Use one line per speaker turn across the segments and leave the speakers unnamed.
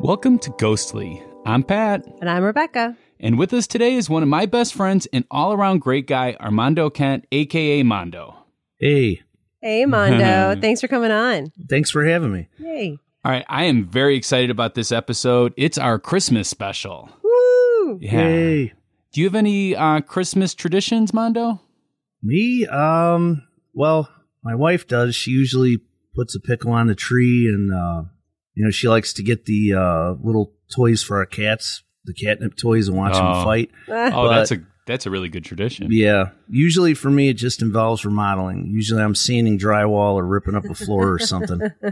Welcome to Ghostly. I'm Pat,
And I'm Rebecca.
and with us today is one of my best friends and all around great guy, Armando Kent, aka Mondo.
Hey,
Hey, Mondo. Thanks for coming on.
thanks for having me.
Yay.
All right, I am very excited about this episode. It's our Christmas special.
Woo.
Yeah.
Hey,
Do you have any uh, Christmas traditions, Mondo?
me. Um, well, my wife does. She usually puts a pickle on the tree, and uh, you know she likes to get the uh, little toys for our cats, the catnip toys, and watch
Oh.
them fight.
Ah,
Oh,
But-
that's a that's a really good tradition.
Yeah. Usually for me, it just involves remodeling. Usually I'm sanding drywall or ripping up a floor or something.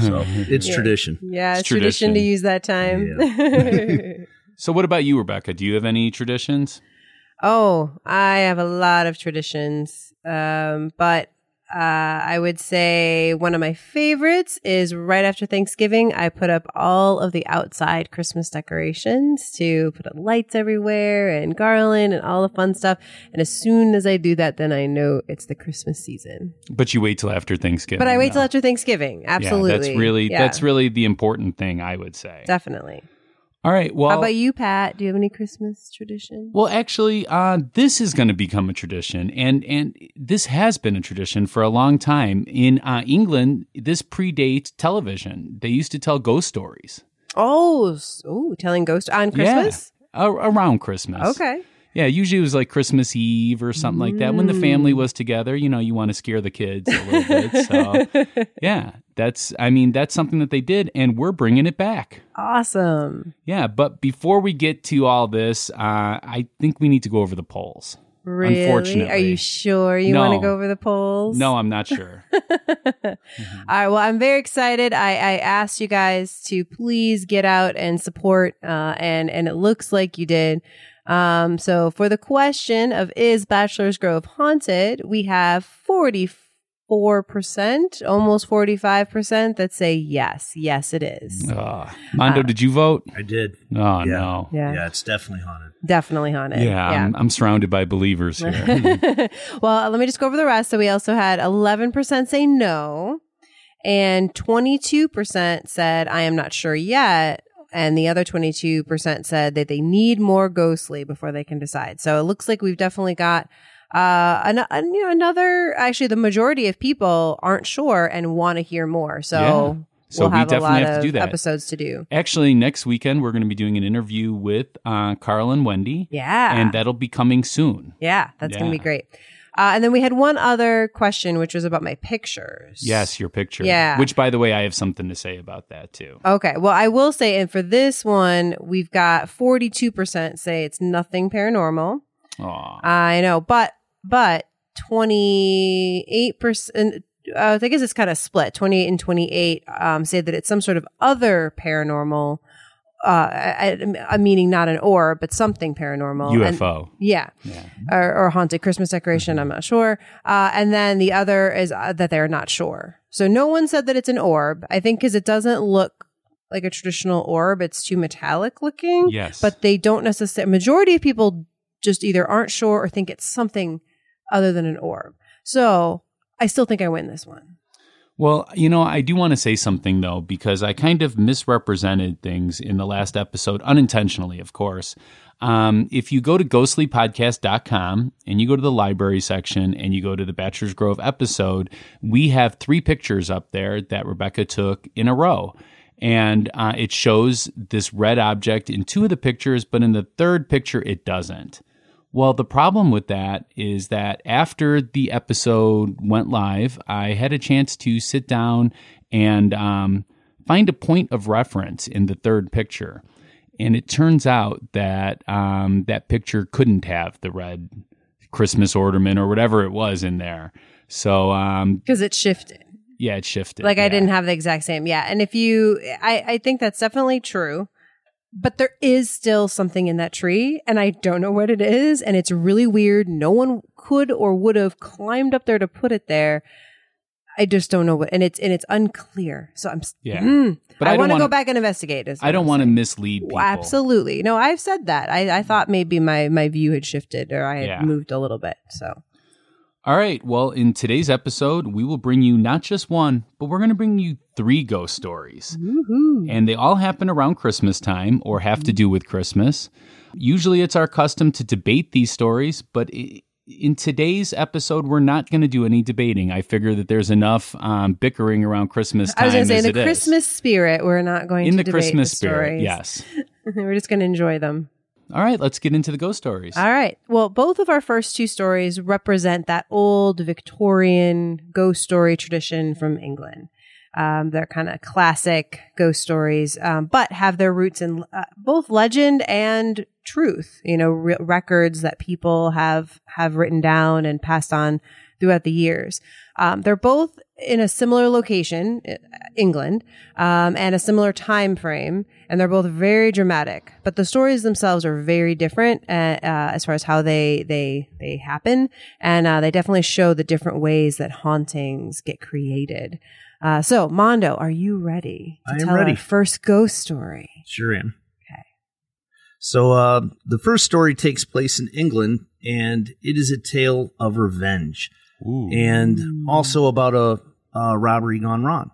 So it's
Yeah.
tradition.
yeah,
It's
it's, tradition. to
tradition.
use that time.
so, what about you, Rebecca? Do you have any traditions?
oh, I have a lot of traditions. Um, but uh, I would say one of my favorites is right after Thanksgiving, I put up all of the outside Christmas decorations to put up lights everywhere and garland and all the fun stuff. And as soon as I do that, then I know it's the Christmas season.
But you wait till after Thanksgiving.
But I wait till
though.
after Thanksgiving.
Yeah,
Absolutely.
that's really
Yeah,
that's really the important thing, I would say.
definitely.
All right. Well,
How about you, Pat? Do you have any Christmas traditions?
Well, actually, uh, this is going to become a tradition, and and this has been a tradition for a long time in uh, England. This predates television. They used to tell ghost stories
oh, s- ooh, telling ghost on
Yeah.
Christmas.
a- around Christmas.
Okay.
Yeah, usually it was like Christmas Eve or something like that when the family was together. You know, you want to scare the kids a little bit. So, yeah, that's. I mean, that's something that they did, and we're bringing it back.
Awesome.
Yeah, but before we get to all this, uh, I think we need to go over the polls.
Really? Are
Unfortunately.
you sure you
No.
want to go over the polls?
No, I'm not sure.
All right. Well, I'm very excited. I, I asked you guys to please get out and support, uh, and and it looks like you did. Um, so for the question of is Bachelor's Grove haunted, we have 44 percent, almost 45 percent that say yes, yes, it is.
Uh, Mondo, did you vote?
I did.
Oh
Yeah.
no.
Yeah,
Yeah, it's definitely haunted.
definitely haunted.
Yeah, I'm, I'm surrounded by believers here.
well, let me just go over the rest. So we also had 11% say no, and 22% said, I am not sure yet. And the other 22% said that they need more ghostly before they can decide. So it looks like we've definitely got. Uh, an, an- you know, another actually, the majority of people aren't sure and want to hear more. So,
Yeah. So
we'll
we
have
definitely
a lot
have to
of
do that.
episodes to do.
Actually, next weekend we're going to be doing an interview with uh, Carl and Wendy,
Yeah,
and that'll be coming soon.
Yeah, that's going to be
Yeah.
great. Uh, and then we had one other question, which was about my pictures.
Yes, your picture.
Yeah.
Which, by the way, I have something to say about that too.
Okay. Well, I will say, and for this one, we've got 42% say it's nothing paranormal.
Aw.
I know, but, but 28%. Uh, I guess it's kind of split. Twenty-eight and twenty-eight um, say that it's some sort of other paranormal, uh, I, I- meaning not an or, but something paranormal. And-
UFO.
yeah. Or, or haunted Christmas decoration. I'm not sure. Uh, and then the other is uh, that they're not sure. So no one said that it's an orb. I think because it doesn't look like a traditional orb, it's too metallic looking.
Yes.
But they don't necessarily, majority of people just either aren't sure or think it's something other than an orb. So I still think I win this one.
Well, you know, I do want to say something though, because I kind of misrepresented things in the last episode, unintentionally, of course. Um, if you go to ghostlypodcast.com and you go to the library section and you go to the Bachelor's Grove episode, we have three pictures up there that Rebecca took in a row. And uh, it shows this red object in two of the pictures, but in the third picture, it doesn't. Well, the problem with that is that after the episode went live, I had a chance to sit down and um, find a point of reference in the third picture. And it turns out that um, that picture couldn't have the red Christmas ornament or whatever it was in there. So, um,
Because it shifted.
yeah, it shifted.
Like I
Yeah.
didn't have the exact same. Yeah. And if you, I, I think that's definitely true. But there is still something in that tree, and I don't know what it is. And it's really weird. No one could or would have climbed up there to put it there. I just don't know what, and it's and it's unclear. So I'm, s-
Yeah.
Hmm.
But
I,
I don't
want to
wanna-
go back and investigate. is
I
what
don't
I'm
want to
saying.
mislead people.
Well, Absolutely, no. I've said that. I, I thought maybe my my view had shifted or I had
Yeah.
moved a little bit. So
All right. Well, in today's episode, we will bring you not just one, but we're going to bring you three ghost stories.
Woohoo.
Mm-hmm. And they all happen around Christmas time or have
Mm-hmm.
to do with Christmas. Usually it's our custom to debate these stories, but i in today's episode, we're not going to do any debating. I figure that there's enough um, bickering around Christmas time.
I was going to say,
as
in the
it is.
Christmas spirit, we're not going
In
to
the
debate
Christmas
the
spirit,
stories.
yes.
we're just going to enjoy them.
All right, let's get into the ghost stories.
All right. Well, both of our first two stories represent that old Victorian ghost story tradition from England. Um, they're kind of classic ghost stories, um, but have their roots in uh, both legend and truth. You know, re- records that people have have written down and passed on throughout the years. Um, they're both in a similar location, uh, England, um, and a similar time frame, and they're both very dramatic. But the stories themselves are very different uh, uh, as far as how they they they happen, and uh, they definitely show the different ways that hauntings get created. Uh, so, Mondo, are you ready to
I am
tell
ready.
our first ghost story?
Sure am.
Okay.
So uh, the first story takes place in England, and it is a tale of revenge,
Ooh.
and also about a, a robbery gone wrong.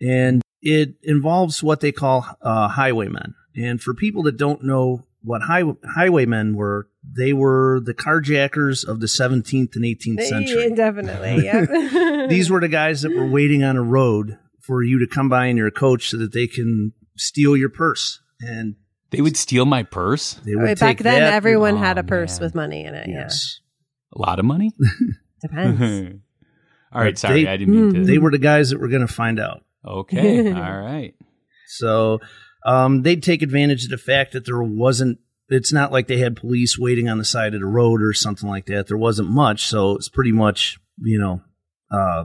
And it involves what they call uh, highwaymen. And for people that don't know what high, highwaymen were, they were the carjackers of the 17th and 18th century.
Definitely, yeah.
These were the guys that were waiting on a road for you to come by in your coach so that they can steal your purse. And
they would steal my purse?
they would
back
take
then.
that.
everyone
Oh,
had a purse
man.
with money in it. Yeah,
yes.
A lot of money?
depends.
All right,
But
sorry,
they-
I didn't mean to.
They were the guys that were going to find out.
okay. All right.
So um, they'd take advantage of the fact that there wasn't. It's not like they had police waiting on the side of the road or something like that. There wasn't much, so it's pretty much you know, uh,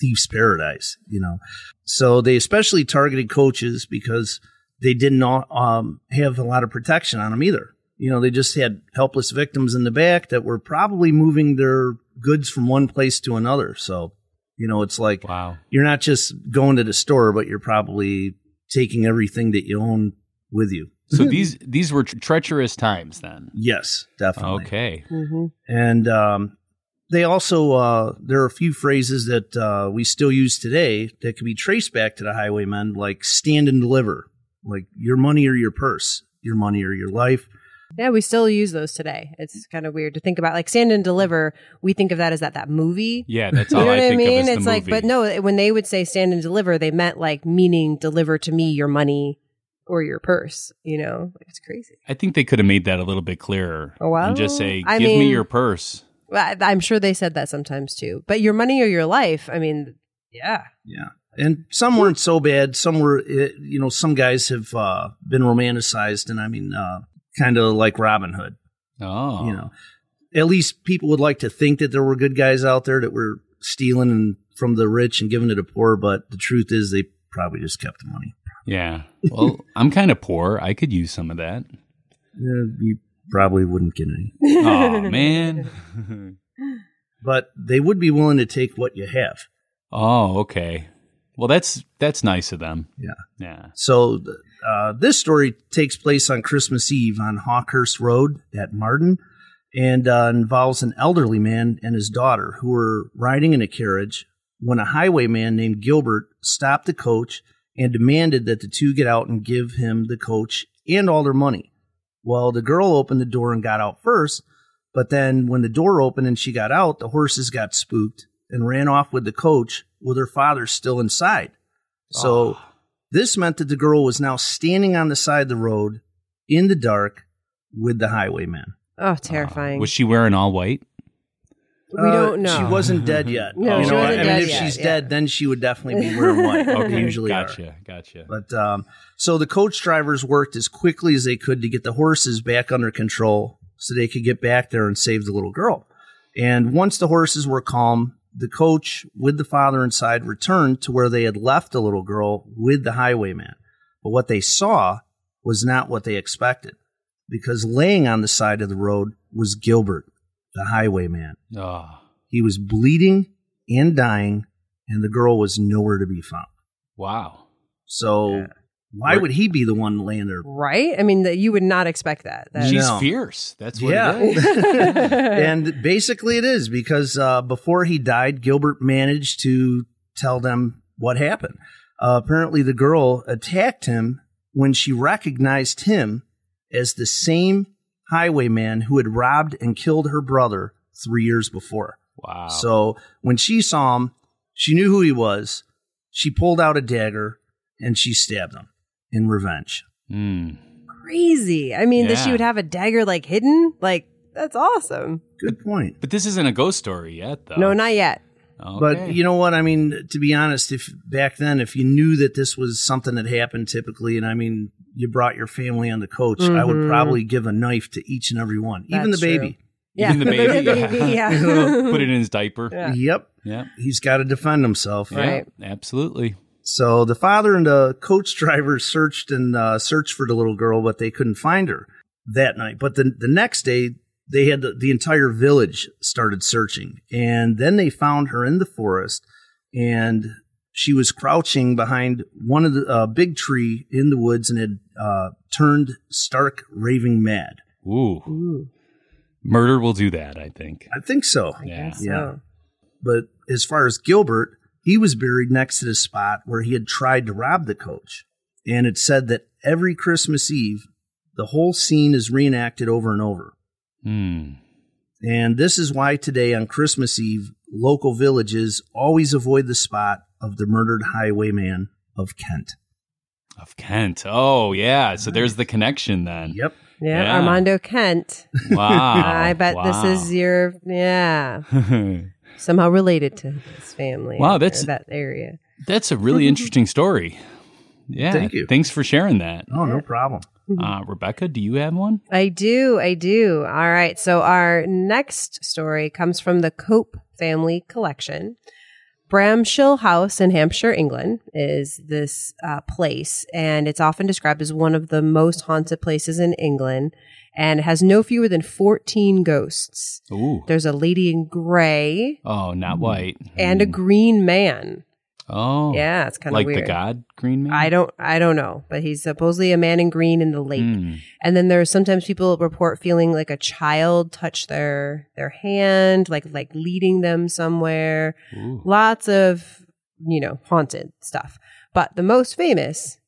thieves' paradise. You know, so they especially targeted coaches because they didn't um, have a lot of protection on them either. You know, they just had helpless victims in the back that were probably moving their goods from one place to another. So, you know, it's like
Wow.
you're not just going to the store, but you're probably taking everything that you own with you.
So these these were tr- treacherous times then.
Yes, definitely.
Okay.
Mhm.
And um, they also uh, there are a few phrases that uh, we still use today that can be traced back to the highwaymen, like "stand and deliver," like your money or your purse, your money or your life.
Yeah, we still use those today. It's kind of weird to think about. Like stand and deliver, we think of that as that that movie.
Yeah, that's
You
all
know what
I
I,
think
mean?
of as
It's
the
like,
movie.
but no, when they would say stand and deliver, they meant like meaning deliver to me your money or your purse. You know, Like, it's crazy.
I think they could have made that a little bit clearer.
Oh, wow.
And just say, "Give
I
me
mean-
your purse."
Well, I, I'm sure they said that sometimes too. But your money or your life. I mean, yeah.
Yeah. And some weren't so bad. Some were, eh, you know, some guys have uh, been romanticized, and I mean, uh, kind of like Robin Hood.
Oh,
you know at least people would like to think that there were good guys out there that were stealing and from the rich and giving to the poor but the truth is they probably just kept the money
yeah. Well, I'm kind of poor. I could use some of that.
Yeah, you probably wouldn't get any
Oh man.
but they would be willing to take what you have
oh, okay. Well, that's that's nice of them.
Yeah.
Yeah.
so th- uh, this story takes place on christmas eve on hawkhurst road at marden and uh, involves an elderly man and his daughter who were riding in a carriage when a highwayman named Gilbert stopped the coach and demanded that the two get out and give him the coach and all their money. Well, the girl opened the door and got out first, but then when the door opened and she got out, the horses got spooked and ran off with the coach with her father still inside. So this meant that the girl was now standing on the side of the road in the dark with the highwayman.
oh,
Uh,
terrifying.
was she wearing all white?
we
Uh,
don't know.
She wasn't dead yet.
No,
you
she
know,
wasn't
I mean,
dead
if
yet,
she's
yeah.
dead, then she would definitely be wearing white.
Okay.
They usually are.
gotcha. Gotcha.
But um, so the coach drivers worked as quickly as they could to get the horses back under control, so they could get back there and save the little girl. And once the horses were calm, the coach with the father inside returned to where they had left the little girl with the highwayman. But what they saw was not what they expected, because laying on the side of the road was Gilbert, the highwayman.
Oh,
He was bleeding and dying, and the girl was nowhere to be found.
wow.
So
Yeah.
Why would he be the one laying there?
Right? I mean, that you would not expect that. that
She's
No.
fierce. That's what
Yeah.
it is.
And basically, it is because uh, before he died, Gilbert managed to tell them what happened. Uh, apparently, the girl attacked him when she recognized him as the same highwayman who had robbed and killed her brother three years before.
Wow.
So when she saw him, she knew who he was. She pulled out a dagger and she stabbed him in revenge.
Mm.
crazy. I mean, that she
Yeah.
would have a dagger like hidden. Like, that's awesome.
Good point.
But this isn't a ghost story yet, though.
No, not yet.
But you know what? I mean, to be honest, if back then, if you knew that this was something that happened typically, and I mean, you brought your family on the coach, I would
Mhm.
probably give a knife to each and every one, even the
That's
baby.
Yeah.
Even the baby,
yeah.
put it in his diaper.
Yeah.
Yep.
Yeah.
He's got to defend himself.
Yeah,
Right.
Absolutely.
So the father and the coach driver searched and uh, searched for the little girl, but they couldn't find her that night. But the, the next day, they had the, the entire village started searching. And then they found her in the forest, and she was crouching behind one of the uh, big tree in the woods and had uh, turned stark raving mad.
Ooh.
Ooh,
Murder will do that, I think.
I think so.
I
Yeah.
guess
Yeah.
so.
But as far as Gilbert, he was buried next to the spot where he had tried to rob the coach. And it said that every Christmas Eve, the whole scene is reenacted over and over.
Hmm.
And this is why today on Christmas Eve, local villages always avoid the spot of the murdered highwayman of Kent.
Of Kent. Oh, yeah. So there's the connection then.
Yep.
Yeah,
Yeah. Oh,
Armando Kent.
Wow.
I bet this is your yeah
is.
somehow related to his family.
Wow,
or
that's-
that area.
That's a really interesting story. Yeah.
Thank you.
Thanks for sharing that.
Oh, no problem.
Uh, Rebecca, do you have one?
I do, I do. All right. So our next story comes from the Cope family collection. Bramshill House in Hampshire, England, is this uh, place, and it's often described as one of the most haunted places in England, and it has no fewer than fourteen ghosts.
Ooh.
There's a lady in gray
Oh, not white.
Mm. and a
Hmm.
green man.
Oh.
Yeah, it's kind of
Like
weird.
the god green man?
I don't, I don't know, but he's supposedly a man in green in the lake.
Hmm.
And then there's sometimes people report feeling like a child touch their their hand, like like leading them somewhere.
Ooh.
Lots of you know haunted stuff. But the most famous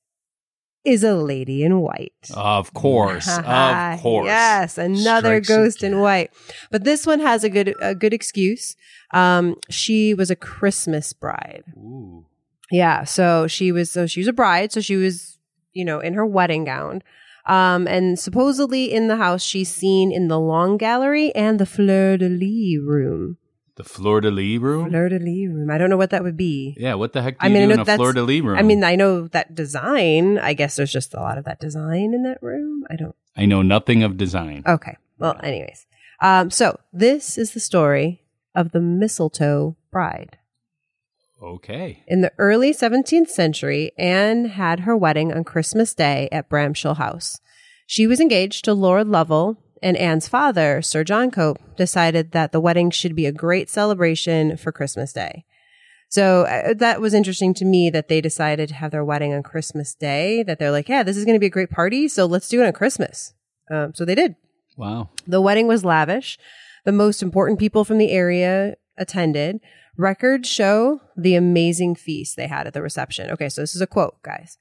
is a lady in white.
Of course. of course.
Yes, another
Strikes
ghost in
again.
white. But this one has a good a good excuse. Um, she was a Christmas bride.
Ooh.
Yeah. So she was so she was a bride, so she was, you know, in her wedding gown. Um, and supposedly in the house she's seen in the long gallery and the fleur de lis room.
The Fleur de Lis room?
Fleur de lis room. I don't know what that would be.
Yeah, what the heck do
I
you
mean, I
do in
know
a
that's-
Fleur de Lis room?
I mean, I know that design. I guess there's just a lot of that design in that room. I don't
I know nothing of design.
Okay. Well, anyways. Um, so this is the story of the mistletoe bride. Oh.
Okay.
In the early 17th century, Anne had her wedding on Christmas Day at Bramshill House. She was engaged to Lord Lovell, and Anne's father, Sir John Cope, decided that the wedding should be a great celebration for Christmas Day. So uh, that was interesting to me that they decided to have their wedding on Christmas Day, that they're like, yeah, this is going to be a great party, so let's do it on Christmas. Um, so they did.
Wow.
The wedding was lavish. The most important people from the area attended. Records show the amazing feast they had at the reception. Okay, so this is a quote, guys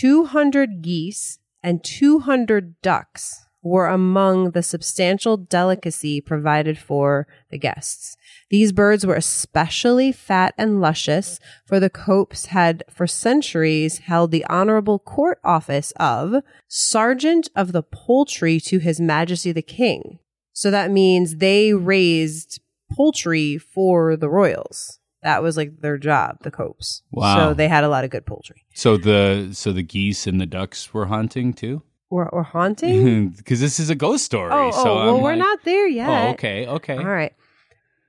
200 geese and 200 ducks were among the substantial delicacy provided for the guests. These birds were especially fat and luscious, for the Copes had for centuries held the honorable court office of sergeant of the poultry to his majesty the king. So that means they raised poultry for the royals. That was like their job, the Copes.
Wow.
So they had a lot of good poultry.
So the so the geese and the ducks were hunting too?
Or, or haunting?
Because this is a ghost story.
oh,
so
oh,
I'm
well, we're
like-
not there yet.
Oh, okay, okay.
All right.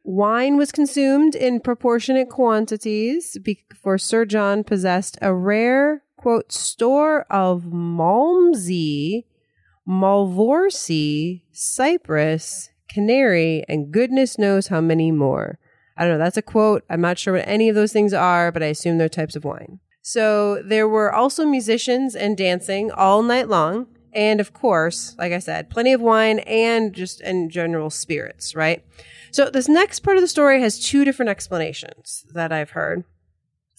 Wine was consumed in proportionate quantities, be- for Sir John possessed a rare, quote, store of Malmsey, Malvorsey, Cyprus, Canary, and goodness knows how many more. I don't know. That's a quote. I'm not sure what any of those things are, but I assume they're types of wine. So there were also musicians and dancing all night long. And of course, like I said, plenty of wine and just in general spirits, right? So this next part of the story has two different explanations that I've heard.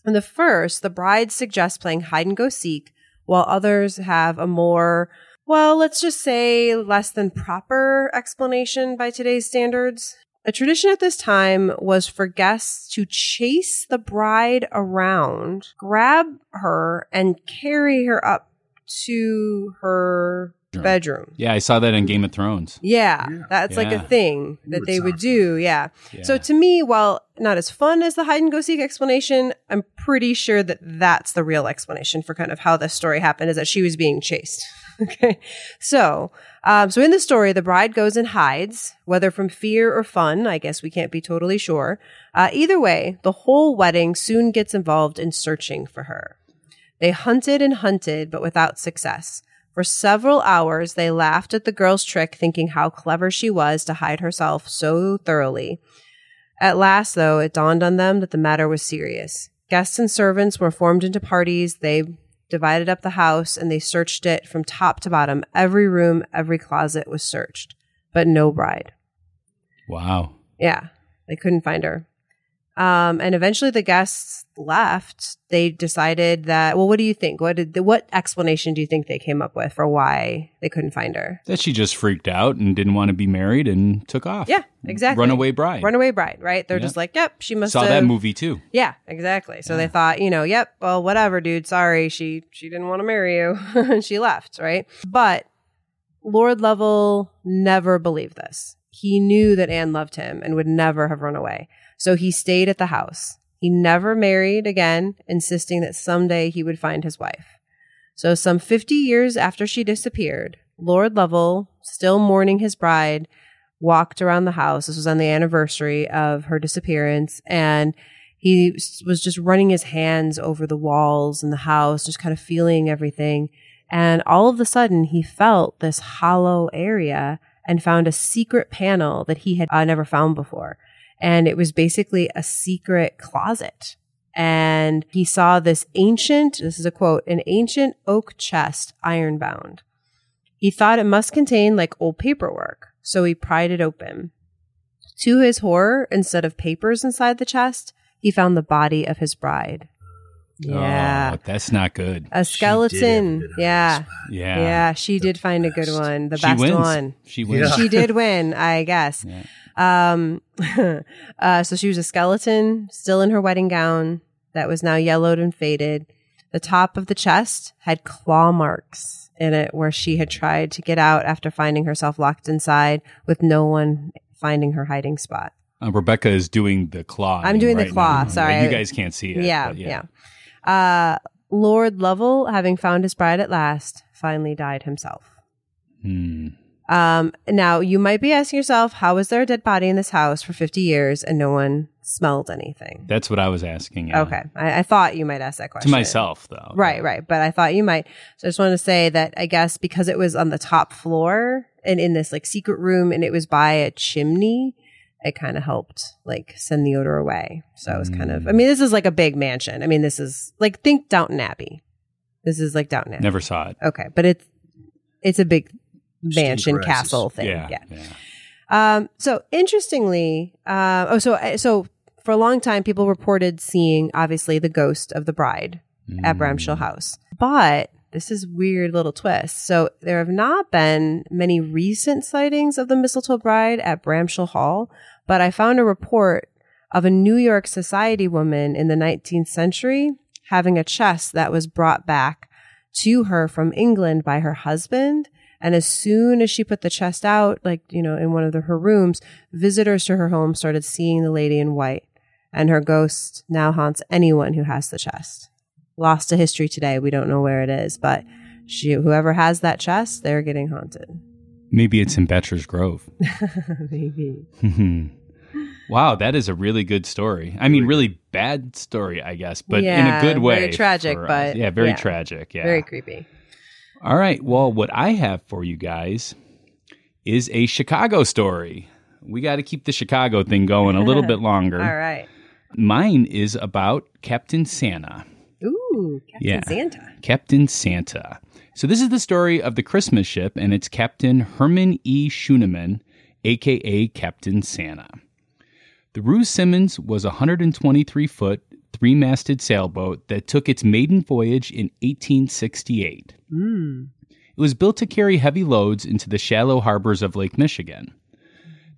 And the first, the bride suggests playing hide and go seek, while others have a more, well, let's just say less than proper explanation by today's standards. A tradition at this time was for guests to chase the bride around, grab her, and carry her up to her
Bedroom.
bedroom.
Yeah, I saw that in Game of Thrones.
Yeah,
Yeah.
that's like
Yeah.
a thing
Ooh,
that
it
they would
sounds
do. Yeah. So
Yeah.
to me, while not as fun as the hide and go seek explanation, I'm pretty sure that that's the real explanation for kind of how this story happened is that she was being chased. okay. So, um, so in the story, the bride goes and hides, whether from fear or fun. I guess we can't be totally sure. Uh, either way, the whole wedding soon gets involved in searching for her. They hunted and hunted, but without success. For several hours, they laughed at the girl's trick, thinking how clever she was to hide herself so thoroughly. At last, though, it dawned on them that the matter was serious. Guests and servants were formed into parties. They divided up the house and they searched it from top to bottom. Every room, every closet was searched, but no bride.
wow.
Yeah, they couldn't find her. Um, and eventually, the guests left. They decided that. Well, what do you think? What did what explanation do you think they came up with for why they couldn't find her?
That she just freaked out and didn't want to be married and took off.
Yeah, exactly.
Oh, Runaway bride.
Runaway bride, right? They're
Yeah.
just like, yep, she must
Saw
have.
that movie too.
Yeah, exactly. So they thought, you know, yep, well, whatever, dude. Sorry, she she didn't want to marry you, and she left, right? But Lord Lovell never believed this. He knew that Anne loved him and would never have run away. So he stayed at the house. He never married again, insisting that someday he would find his wife. So some 50 years after she disappeared, Lord Lovell, still mourning his bride, walked around the house. This was on the anniversary of her disappearance and he s- was just running his hands over the walls and the house, just kind of feeling everything. And all of a sudden, he felt this hollow area and found a secret panel that he had uh, never found before. And it was basically a secret closet. And he saw this ancient, this is a quote, an ancient oak chest ironbound. He thought it must contain like old paperwork. So he pried it open. To his horror, instead of papers inside the chest, he found the body of his bride. Yeah.
Oh, that's not good.
a
She did have a good
skeleton.
hide
Yeah.
spot.
Yeah.
yeah. She did find a good
best.
one. The
she
best
wins.
one.
She wins.
Yeah.
She did win, I guess.
Yeah.
Um, uh, so she was a skeleton, still in her wedding gown that was now yellowed and faded. The top of the chest had claw marks in it where she had tried to get out after finding herself locked inside with no one finding her hiding spot.
Uh, Rebecca is doing the claw.
I'm doing the
right
claw,
now.
sorry.
You guys can't see it.
yeah,
but
yeah. Uh, Lord Lovell, having found his bride at last, finally died himself.
Hmm.
Um, now, you might be asking yourself, how was there a dead body in this house for 50 years and no one smelled anything?
That's what I was asking. yeah.
Okay. I, I thought you might ask that
To
question.
myself, though.
Right, right. But I thought you might. So I just wanted to say that I guess because it was on the top floor and in this like secret room and it was by a chimney, it kind of helped like send the odor away. So it was kind of, I
Mm.
mean, this is like a big mansion. I mean, this is like, think Downton Abbey. This is like Downton Abbey.
Never saw it.
Okay. But it's, it's a big mansion
grasses.
castle thing.
Yeah.
yeah. Um, so interestingly, uh, oh, so so for a long time, people reported seeing obviously the ghost of the bride at
Mm.
Bramshill House, but this is weird little twist. So there have not been many recent sightings of the mistletoe bride at Bramshill Hall, but I found a report of a New York society woman in the 19th century having a chest that was brought back to her from England by her husband. And as soon as she put the chest out, like, you know, in one of the, her rooms, visitors to her home started seeing the lady in white. And her ghost now haunts anyone who has the chest. Lost to history today. We don't know where it is, but she, whoever has that chest, they're getting haunted.
Maybe it's in Betcher's Grove.
Maybe.
wow, that is a really good story. I mean, really bad story, I guess, but
Yeah,
in a good way.
very tragic,
for us.
but-
yeah, very
yeah.
tragic. Yeah.
Very creepy.
All right. Well, what I have for you guys is a Chicago story. We got to keep the Chicago thing going a little bit longer.
All right.
Mine is about Captain Santa.
Ooh, Captain
Yeah.
Santa.
Captain Santa. So this is the story of the Christmas ship, and it's Captain Herman E. Schuneman, aka Captain Santa. The Rue Simmons was a 123 foot, three masted sailboat that took its maiden voyage in 1868.
Mm.
It was built to carry heavy loads into the shallow harbors of Lake Michigan.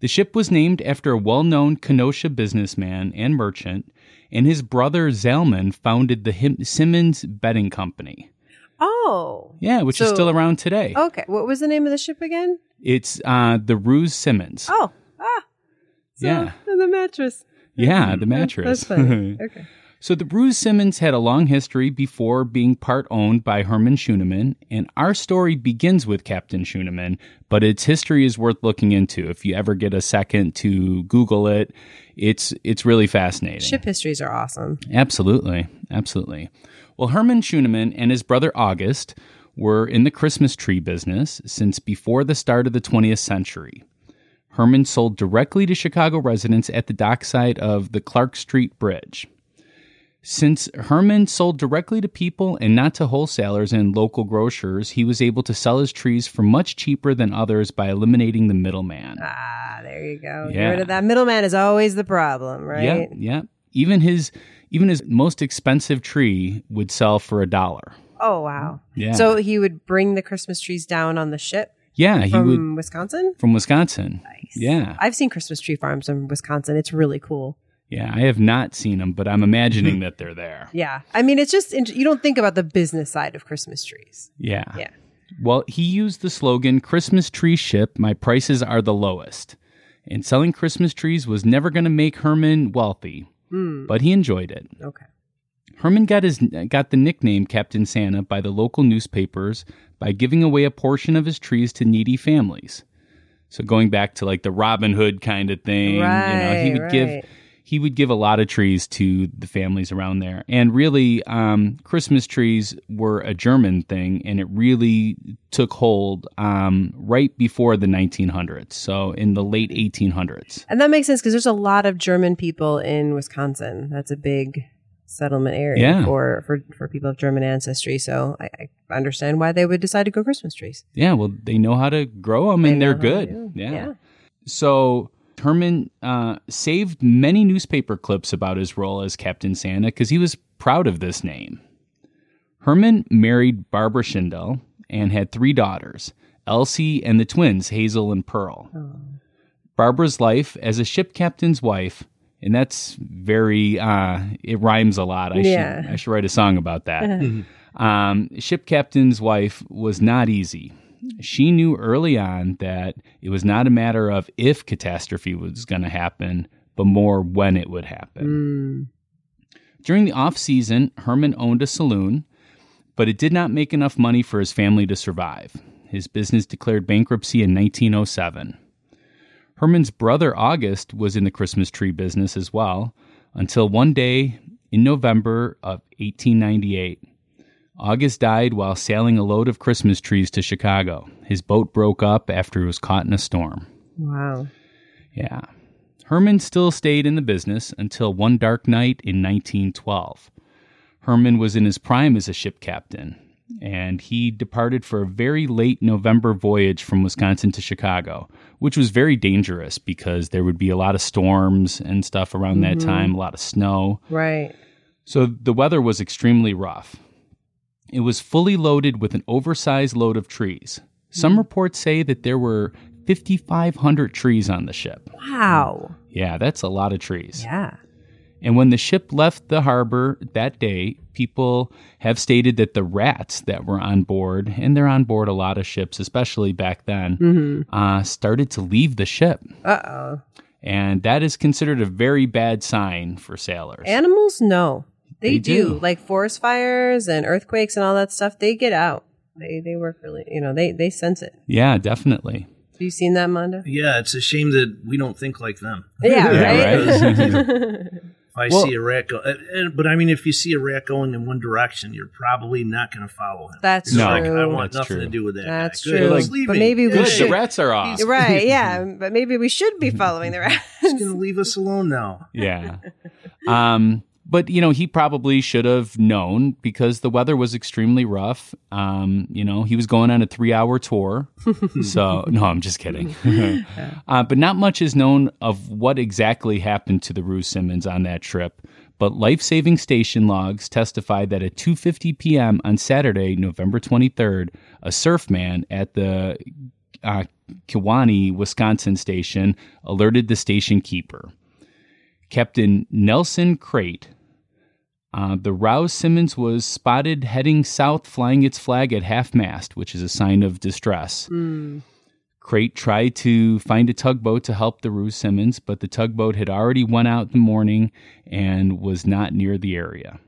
The ship was named after a well known Kenosha businessman and merchant, and his brother Zalman founded the Him- Simmons Betting Company.
Oh.
Yeah, which is
So- Oh.
still around today.
Okay. What was the name of the ship again?
It's uh, the Ruse Simmons.
Oh. Ah. So,
Yeah.
The mattress.
Yeah, the
That-
mattress.
That's funny. Okay.
so the Ruse Simmons had a long history before being part owned by Herman Schuneman, and our story begins with Captain Schuneman, but its history is worth looking into. If you ever get a second to Google it, it's it's really fascinating.
Ship histories are awesome.
Absolutely. Absolutely. Well, Herman Schuneman and his brother August were in the Christmas tree business since before the start of the 20th century. Herman sold directly to Chicago residents at the dockside of the Clark Street Bridge. Since Herman sold directly to people and not to wholesalers and local grocers, he was able to sell his trees for much cheaper than others by eliminating the middleman.
Ah, there you go. Get
Yeah.
rid of that middleman is always the problem, right?
Yeah, yeah. Even his even his most expensive tree would sell for a dollar.
Oh wow.
Yeah.
So he would bring the Christmas trees down on the ship
yeah, he
from
would
Wisconsin.
from Wisconsin. Yeah,
I've seen Christmas tree farms in Wisconsin. It's really cool.
yeah. I have not seen them,
Hmm.
but I'm imagining that they're there.
Yeah. I mean, it's just int- you don't think about the business side of Christmas trees.
Yeah.
Yeah.
Well, he used the slogan "Christmas tree ship, my prices are the lowest," and selling Christmas trees was never going to make Herman wealthy,
Hmm.
but he enjoyed it.
Okay.
Herman got his got the nickname Captain Santa by the local newspapers by giving away a portion of his trees to needy families. So going back to like the Robin Hood kind of thing, you know, he
Right,
would give
right.
he would give a lot of trees to the families around there. And really, um, Christmas trees were a German thing, and it really took hold um, right before the 1900s. So in the late 1800s.
And that makes sense because there's a lot of German people in Wisconsin. That's a big settlement area
Yeah.
for, for, for people of German ancestry. So I, I understand why they would decide to grow Christmas trees.
Yeah, well, they know how to grow them, and
They
they're
know how to
good.
do.
Yeah. So Herman uh, saved many newspaper clips about his role as Captain Santa because he was proud of this name. Herman married Barbara Schindel and had three daughters, Elsie and the twins, Hazel and Pearl. Barbara's life as a ship captain's wife, and that's very, uh, it rhymes a lot. I,
Yeah.
should, I should write a song about that. um, ship captain's wife was not easy. She knew early on that it was not a matter of if catastrophe was going to happen, but more when it would happen.
Mm.
During the off season, Herman owned a saloon, but it did not make enough money for his family to survive. His business declared bankruptcy in 1907. Herman's brother August was in the Christmas tree business as well, until one day in November of 1898. August died while sailing a load of Christmas trees to Chicago. His boat broke up after it was caught in a storm.
Wow.
Yeah. Herman still stayed in the business until one dark night in 1912. Herman was in his prime as a ship captain, and he departed for a very late November voyage from Wisconsin to Chicago, which was very dangerous because there would be a lot of storms and stuff around that time, a lot of snow.
Right.
So the weather was extremely rough. It was fully loaded with an oversized load of trees. Some reports say that there were 5,500 trees on the ship.
Wow.
Yeah, that's a lot of trees.
Yeah.
And when the ship left the harbor that day, people have stated that the rats that were on board, and they're on board a lot of ships, especially back then,
Hmm. Mm-hmm.
uh, started to leave the ship.
Uh oh.
And that is considered a very bad sign for sailors.
Animals, no. They,
They
do.
do.
Like forest fires and earthquakes and all that stuff, they get out. They they work really, you know, they, they sense it.
yeah, definitely.
Have you seen that, Mondo?
Yeah, it's a shame that we don't think like them.
Yeah,
Yeah,
right?
If I
Well-
see a rat go, uh, uh, but I mean, if you see a rat going in one direction, you're probably not going to follow him.
That's
It's
No.
like, I
true.
want
That's
nothing
true.
to do with that. guy.
That's
Good,
true.
he's
But
leaving.
maybe we
Good,
should-
the rats are off.
You're right, yeah. But maybe we should be following the rats.
He's going to leave us alone now.
yeah. Um, but you know he probably should have known because the weather was extremely rough um, you know he was going on a three hour tour so no i'm just kidding uh, but not much is known of what exactly happened to the rue simmons on that trip but life-saving station logs testify that at 2.50 p.m on saturday november 23rd a surf man at the uh, Kewanee, Wisconsin station alerted the station keeper. Captain Nelson Crate. Uh, the Rouse Simmons was spotted heading south, flying its flag at half mast, which is a sign of distress. Crate tried to find a tugboat to help the Rouse Simmons, but the tugboat had already went out in the morning and was not near the area.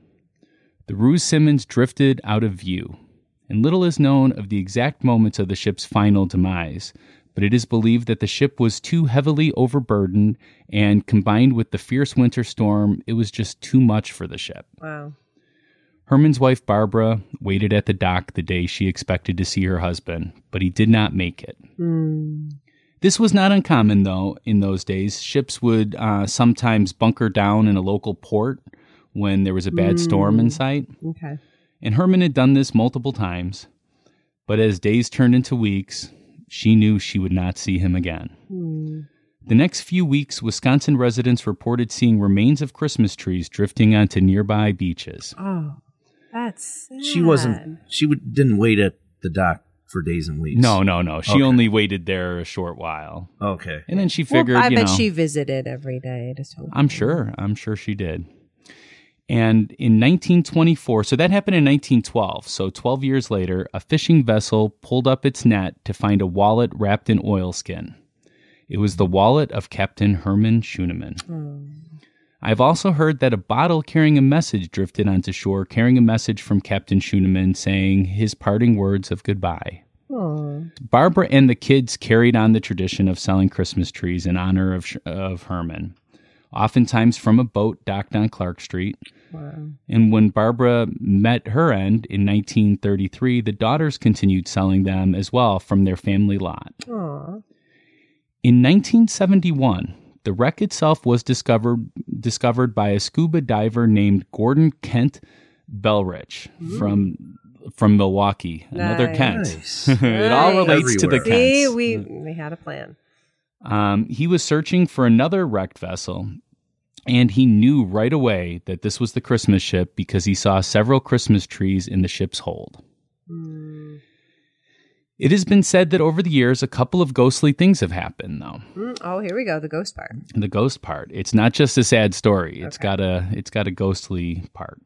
The Rouse Simmons drifted out of view, and little is known of the exact moments of the ship's final demise, but it is believed that the ship was too heavily overburdened, and combined with the fierce winter storm, it was just too much for the ship.
Wow.
Herman's wife, Barbara, waited at the dock the day she expected to see her husband, but he did not make it.
Hmm,
This was not uncommon, though, in those days. Ships would uh, sometimes bunker down in a local port when there was a bad storm in sight.
Okay.
And Herman had done this multiple times, but as days turned into weeks, she knew she would not see him again.
Hmm.
The next few weeks, Wisconsin residents reported seeing remains of Christmas trees drifting onto nearby beaches.
Oh, that's sad.
She wasn't. She would, didn't wait at the dock for days and weeks.
No, no, no. She
Okay.
only waited there a short while.
Okay.
And then she
Well,
figured,
I
you
bet
know,
she visited every day. Just hope.
I'm sure. I'm sure she did. And in 1924, so that happened in 1912. So 12 years later, a fishing vessel pulled up its net to find a wallet wrapped in oilskin. It was the wallet of Captain Herman Schuneman. I've also heard that a bottle carrying a message drifted onto shore, carrying a message from Captain Schuneman saying his parting words of goodbye.
Oh.
Barbara and the kids carried on the tradition of selling Christmas trees in honor of, of Herman, oftentimes from a boat docked on Clark Street. And when Barbara met her end in 1933, the daughters continued selling them as well from their family lot.
Aw.
In 1971, the wreck itself was discovered discovered by a scuba diver named Gordon Kent Belrich from from Milwaukee. Another
Nice.
Kent.
Nice.
it all
Nice.
relates to the
Everywhere.
See,
Kents.
we we had a plan.
Um, he was searching for another wrecked vessel, and he knew right away that this was the Christmas ship because he saw several Christmas trees in the ship's hold.
Hmm,
It has been said that over the years, a couple of ghostly things have happened, though.
Mm, oh, here we go. The ghost part.
The ghost part. It's not just a sad story. It's
Okay.
got a it's got a ghostly part.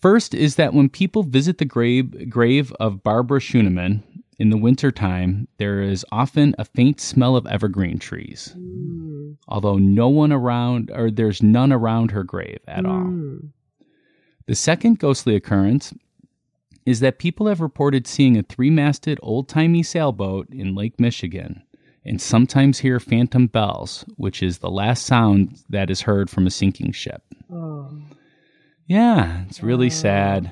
First is that when people visit the grave grave of Barbara Schuneman in the wintertime, there is often a faint smell of evergreen trees
Mm.
although no one around or there's none around her grave at all.
Mm.
The second ghostly occurrence is that people have reported seeing a three masted old timey sailboat in Lake Michigan and sometimes hear phantom bells, which is the last sound that is heard from a sinking ship.
Oh.
Yeah, it's really sad.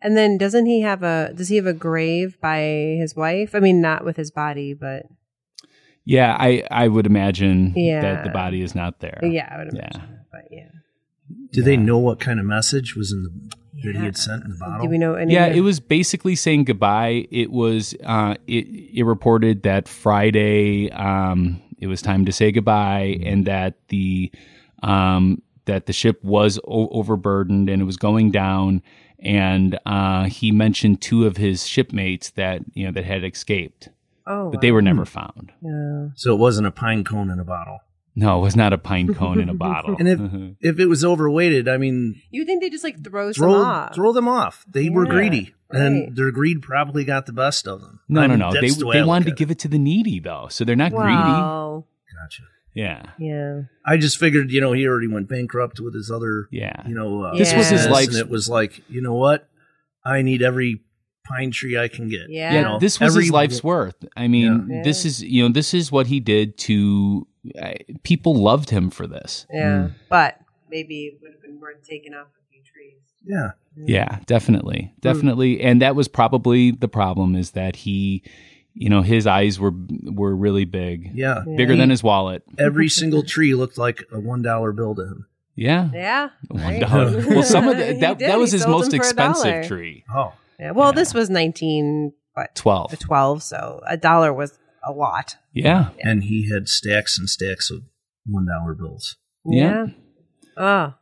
And then doesn't he have a does he have a grave by his wife? I mean, not with his body, but
Yeah, I, I would imagine that
Yeah.
the body is not there.
yeah, I would
Yeah.
imagine. that, But yeah.
Did they know what kind of message was in the that he
Yeah.
had sent in the bottle?
Do we know any?
Yeah,
of-
it was basically saying goodbye. It was uh, it it reported that Friday um, it was time to say goodbye,
Mm-hmm.
and that the um, that the ship was o- overburdened and it was going down. And uh, he mentioned two of his shipmates that you know that had escaped,
Oh,
but they were never found.
No.
So it wasn't a pine cone in a bottle.
No, it was not a pine cone in a bottle.
And if if it was overweighted, I mean,
You would think they just like throws
throw
them
them
off?
off. throw them off. They were
Yeah,
greedy,
right.
and their greed probably got the best of them.
no,
I
no,
mean,
no. They
that's the way
they
I look
wanted to
at it.
give it to the needy though, so they're not
wow.
Gotcha.
greedy. Yeah,
Yeah.
I just figured, you know, he already went bankrupt with his other,
yeah.
you know, uh,
This was his
business,
life's-
and It was like, you know what? I need every pine tree I can get.
Yeah.
yeah,
you know?
this was
Every-
his life's worth. I mean,
Yeah.
this is you know this is what he did to uh, people loved him for this.
Yeah. But maybe it would have been worth taking off a few trees.
Yeah,
Mm-hmm.
Yeah, definitely,
Hmm.
definitely, and that was probably the problem is that he, you know, his eyes were were really big,
yeah.
bigger than his wallet.
Every single tree looked like a one dollar bill to him.
Yeah.
Yeah.
One dollar. Well, some of the,
He
that
did.
that was
He
his
sold
most
them for a dollar.
expensive tree.
Oh,
Yeah. Well,
Yeah.
this was 19
Twelve.
to 12, so a dollar was a lot.
Yeah.
and he had stacks and stacks of one dollar bills.
Yeah.
Oh.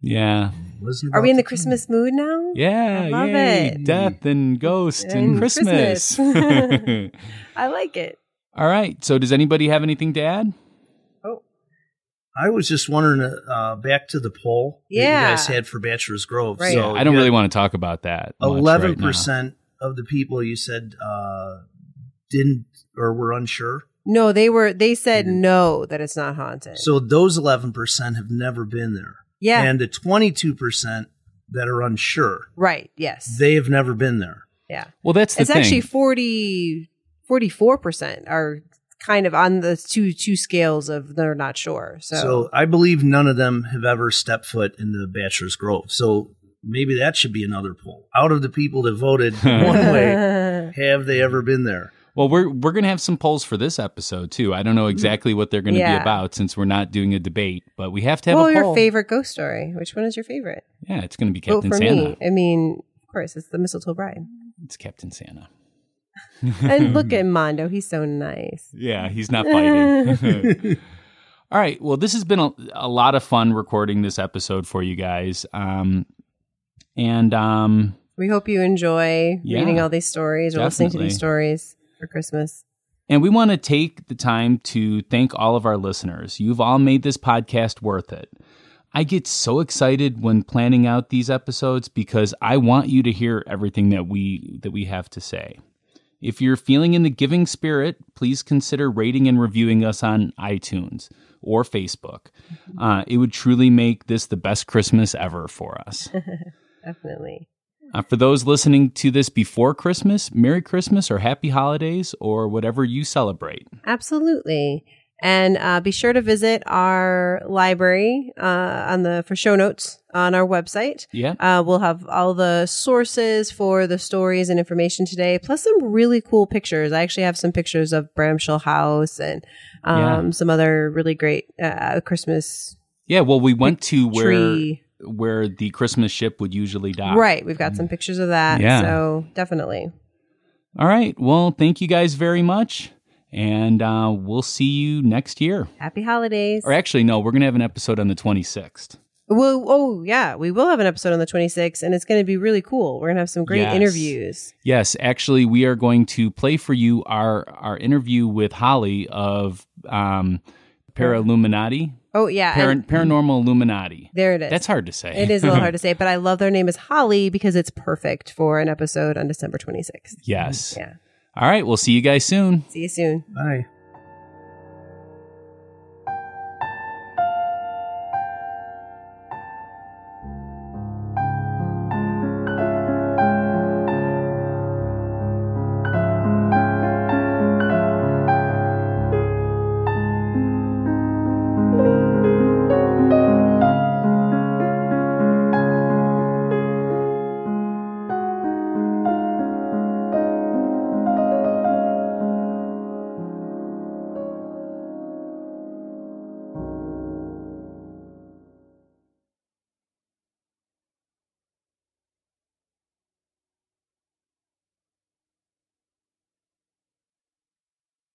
Yeah.
Was
Are we in the Christmas mood now?
Yeah.
I love
yay,
it.
Death and ghost and,
And
Christmas.
Christmas. I like it.
All right. So does anybody have anything to add?
I was just wondering. Uh, back to the poll. that
Yeah.
you guys had for Bachelor's Grove.
Right.
So
I don't
you
really
had
want to talk about that. much right now.
Eleven percent of the people you said uh, didn't or were unsure.
No, they were they said
Mm-hmm.
Mhm.
no that it's not haunted.
So those eleven percent have never been there,
yeah.
and the twenty-two percent that are unsure,
right. Yes.
they have never been there.
yeah.
Well, that's the
It's
thing.
actually 40 44% are kind of on the two two scales of they're not sure. So,
So, I believe none of them have ever stepped foot in the Bachelor's Grove. So maybe that should be another poll. Out of the people that voted one way, have they ever been there?
Well, we're we're gonna have some polls for this episode too. I don't know exactly what they're gonna
Mm-hmm. Yeah.
be about since we're not doing a debate, but we have to have
well,
a
your
poll.
favorite ghost story. Which one is your favorite?
yeah, it's gonna be
Vote
Captain
for
Santa.
me. I mean, of course, it's the mistletoe bride.
It's Captain Santa.
And look at Mondo; he's so nice.
Yeah, he's not fighting. All right. Well, this has been a, a lot of fun recording this episode for you guys. Um, and um,
We hope you enjoy
Yeah.
reading all these stories or listening to
Definitely.
these stories for Christmas.
And we want to take the time to thank all of our listeners. You've all made this podcast worth it. I get so excited when planning out these episodes because I want you to hear everything that we that we have to say. If you're feeling in the giving spirit, please consider rating and reviewing us on iTunes or Facebook. Uh, it would truly make this the best Christmas ever for us.
Definitely.
Uh, for those listening to this before Christmas, Merry Christmas or Happy Holidays or whatever you celebrate.
Absolutely. And uh, be sure to visit our library uh, on the for show notes on our website.
Yeah.
Uh, we'll have all the sources for the stories and information today, plus some really cool pictures. I actually have some pictures of Bramshall House and um, some other really great uh, Christmas
Yeah, well, we went to where
tree.
where the Christmas ship would usually die.
Right, we've got some pictures of that.
Yeah.
So definitely.
All right. Well, thank you guys very much, and uh, we'll see you next year.
Happy holidays.
Or actually, no, we're gonna have an episode on the twenty sixth.
Well, oh yeah, we will have an episode on the 26th, and it's going to be really cool. We're going to have some great
Yes.
interviews.
Yes, actually, we are going to play for you our our interview with Holly of um, Parailluminati,
Oh yeah,
Par-
and
Paranormal Illuminati.
there it is.
That's hard to say.
It is a little hard to say, but I love their name is Holly because it's perfect for an episode on December 26th.
yes.
Yeah.
All right. We'll see you guys soon.
See you soon.
Bye.